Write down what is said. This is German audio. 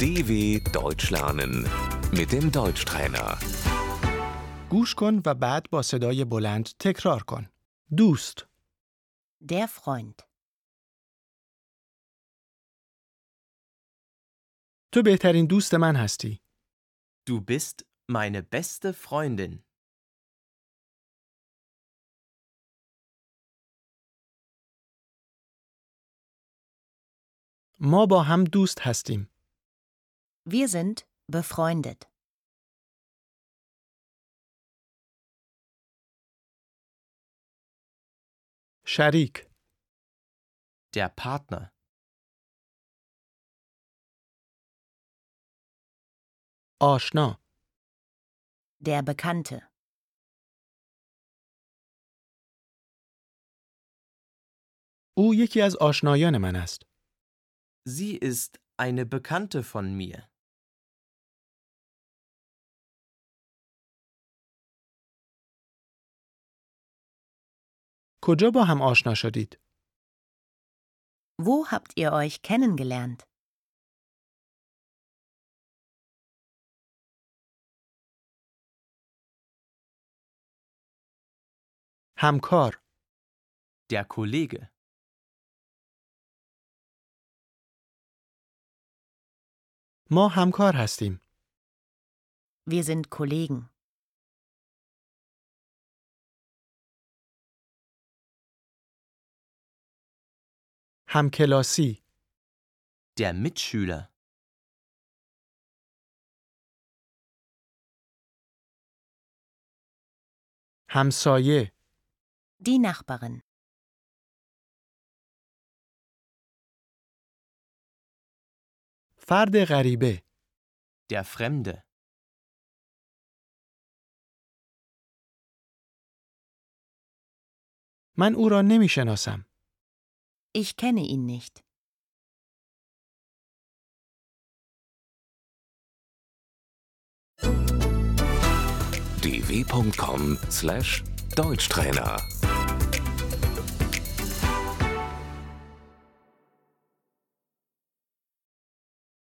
DW Deutsch lernen mit dem Deutschtrainer. گوش کن و بعد با صدای بلند تکرار کن. دوست، Der Freund. تو بهترین دوست من هستی. Du bist meine beste Freundin. ما با هم دوست هستیم. Wir sind befreundet. شریک، Der Partner. آشنا، Der Bekannte. او یکی از آشنایان من است. Sie ist eine Bekannte von mir. کجا با هم آشنا شدید؟ Wo habt ihr euch kennengelernt? همکار، Der Kollege. ما همکار هستیم. Wir sind Kollegen. همکلاسی، Der Mitschüler. همسایه، Die Nachbarin. فرد غریبه، Der Fremde. من او را نمی شناسم. Ich kenne ihn nicht. dw.com/deutschtrainer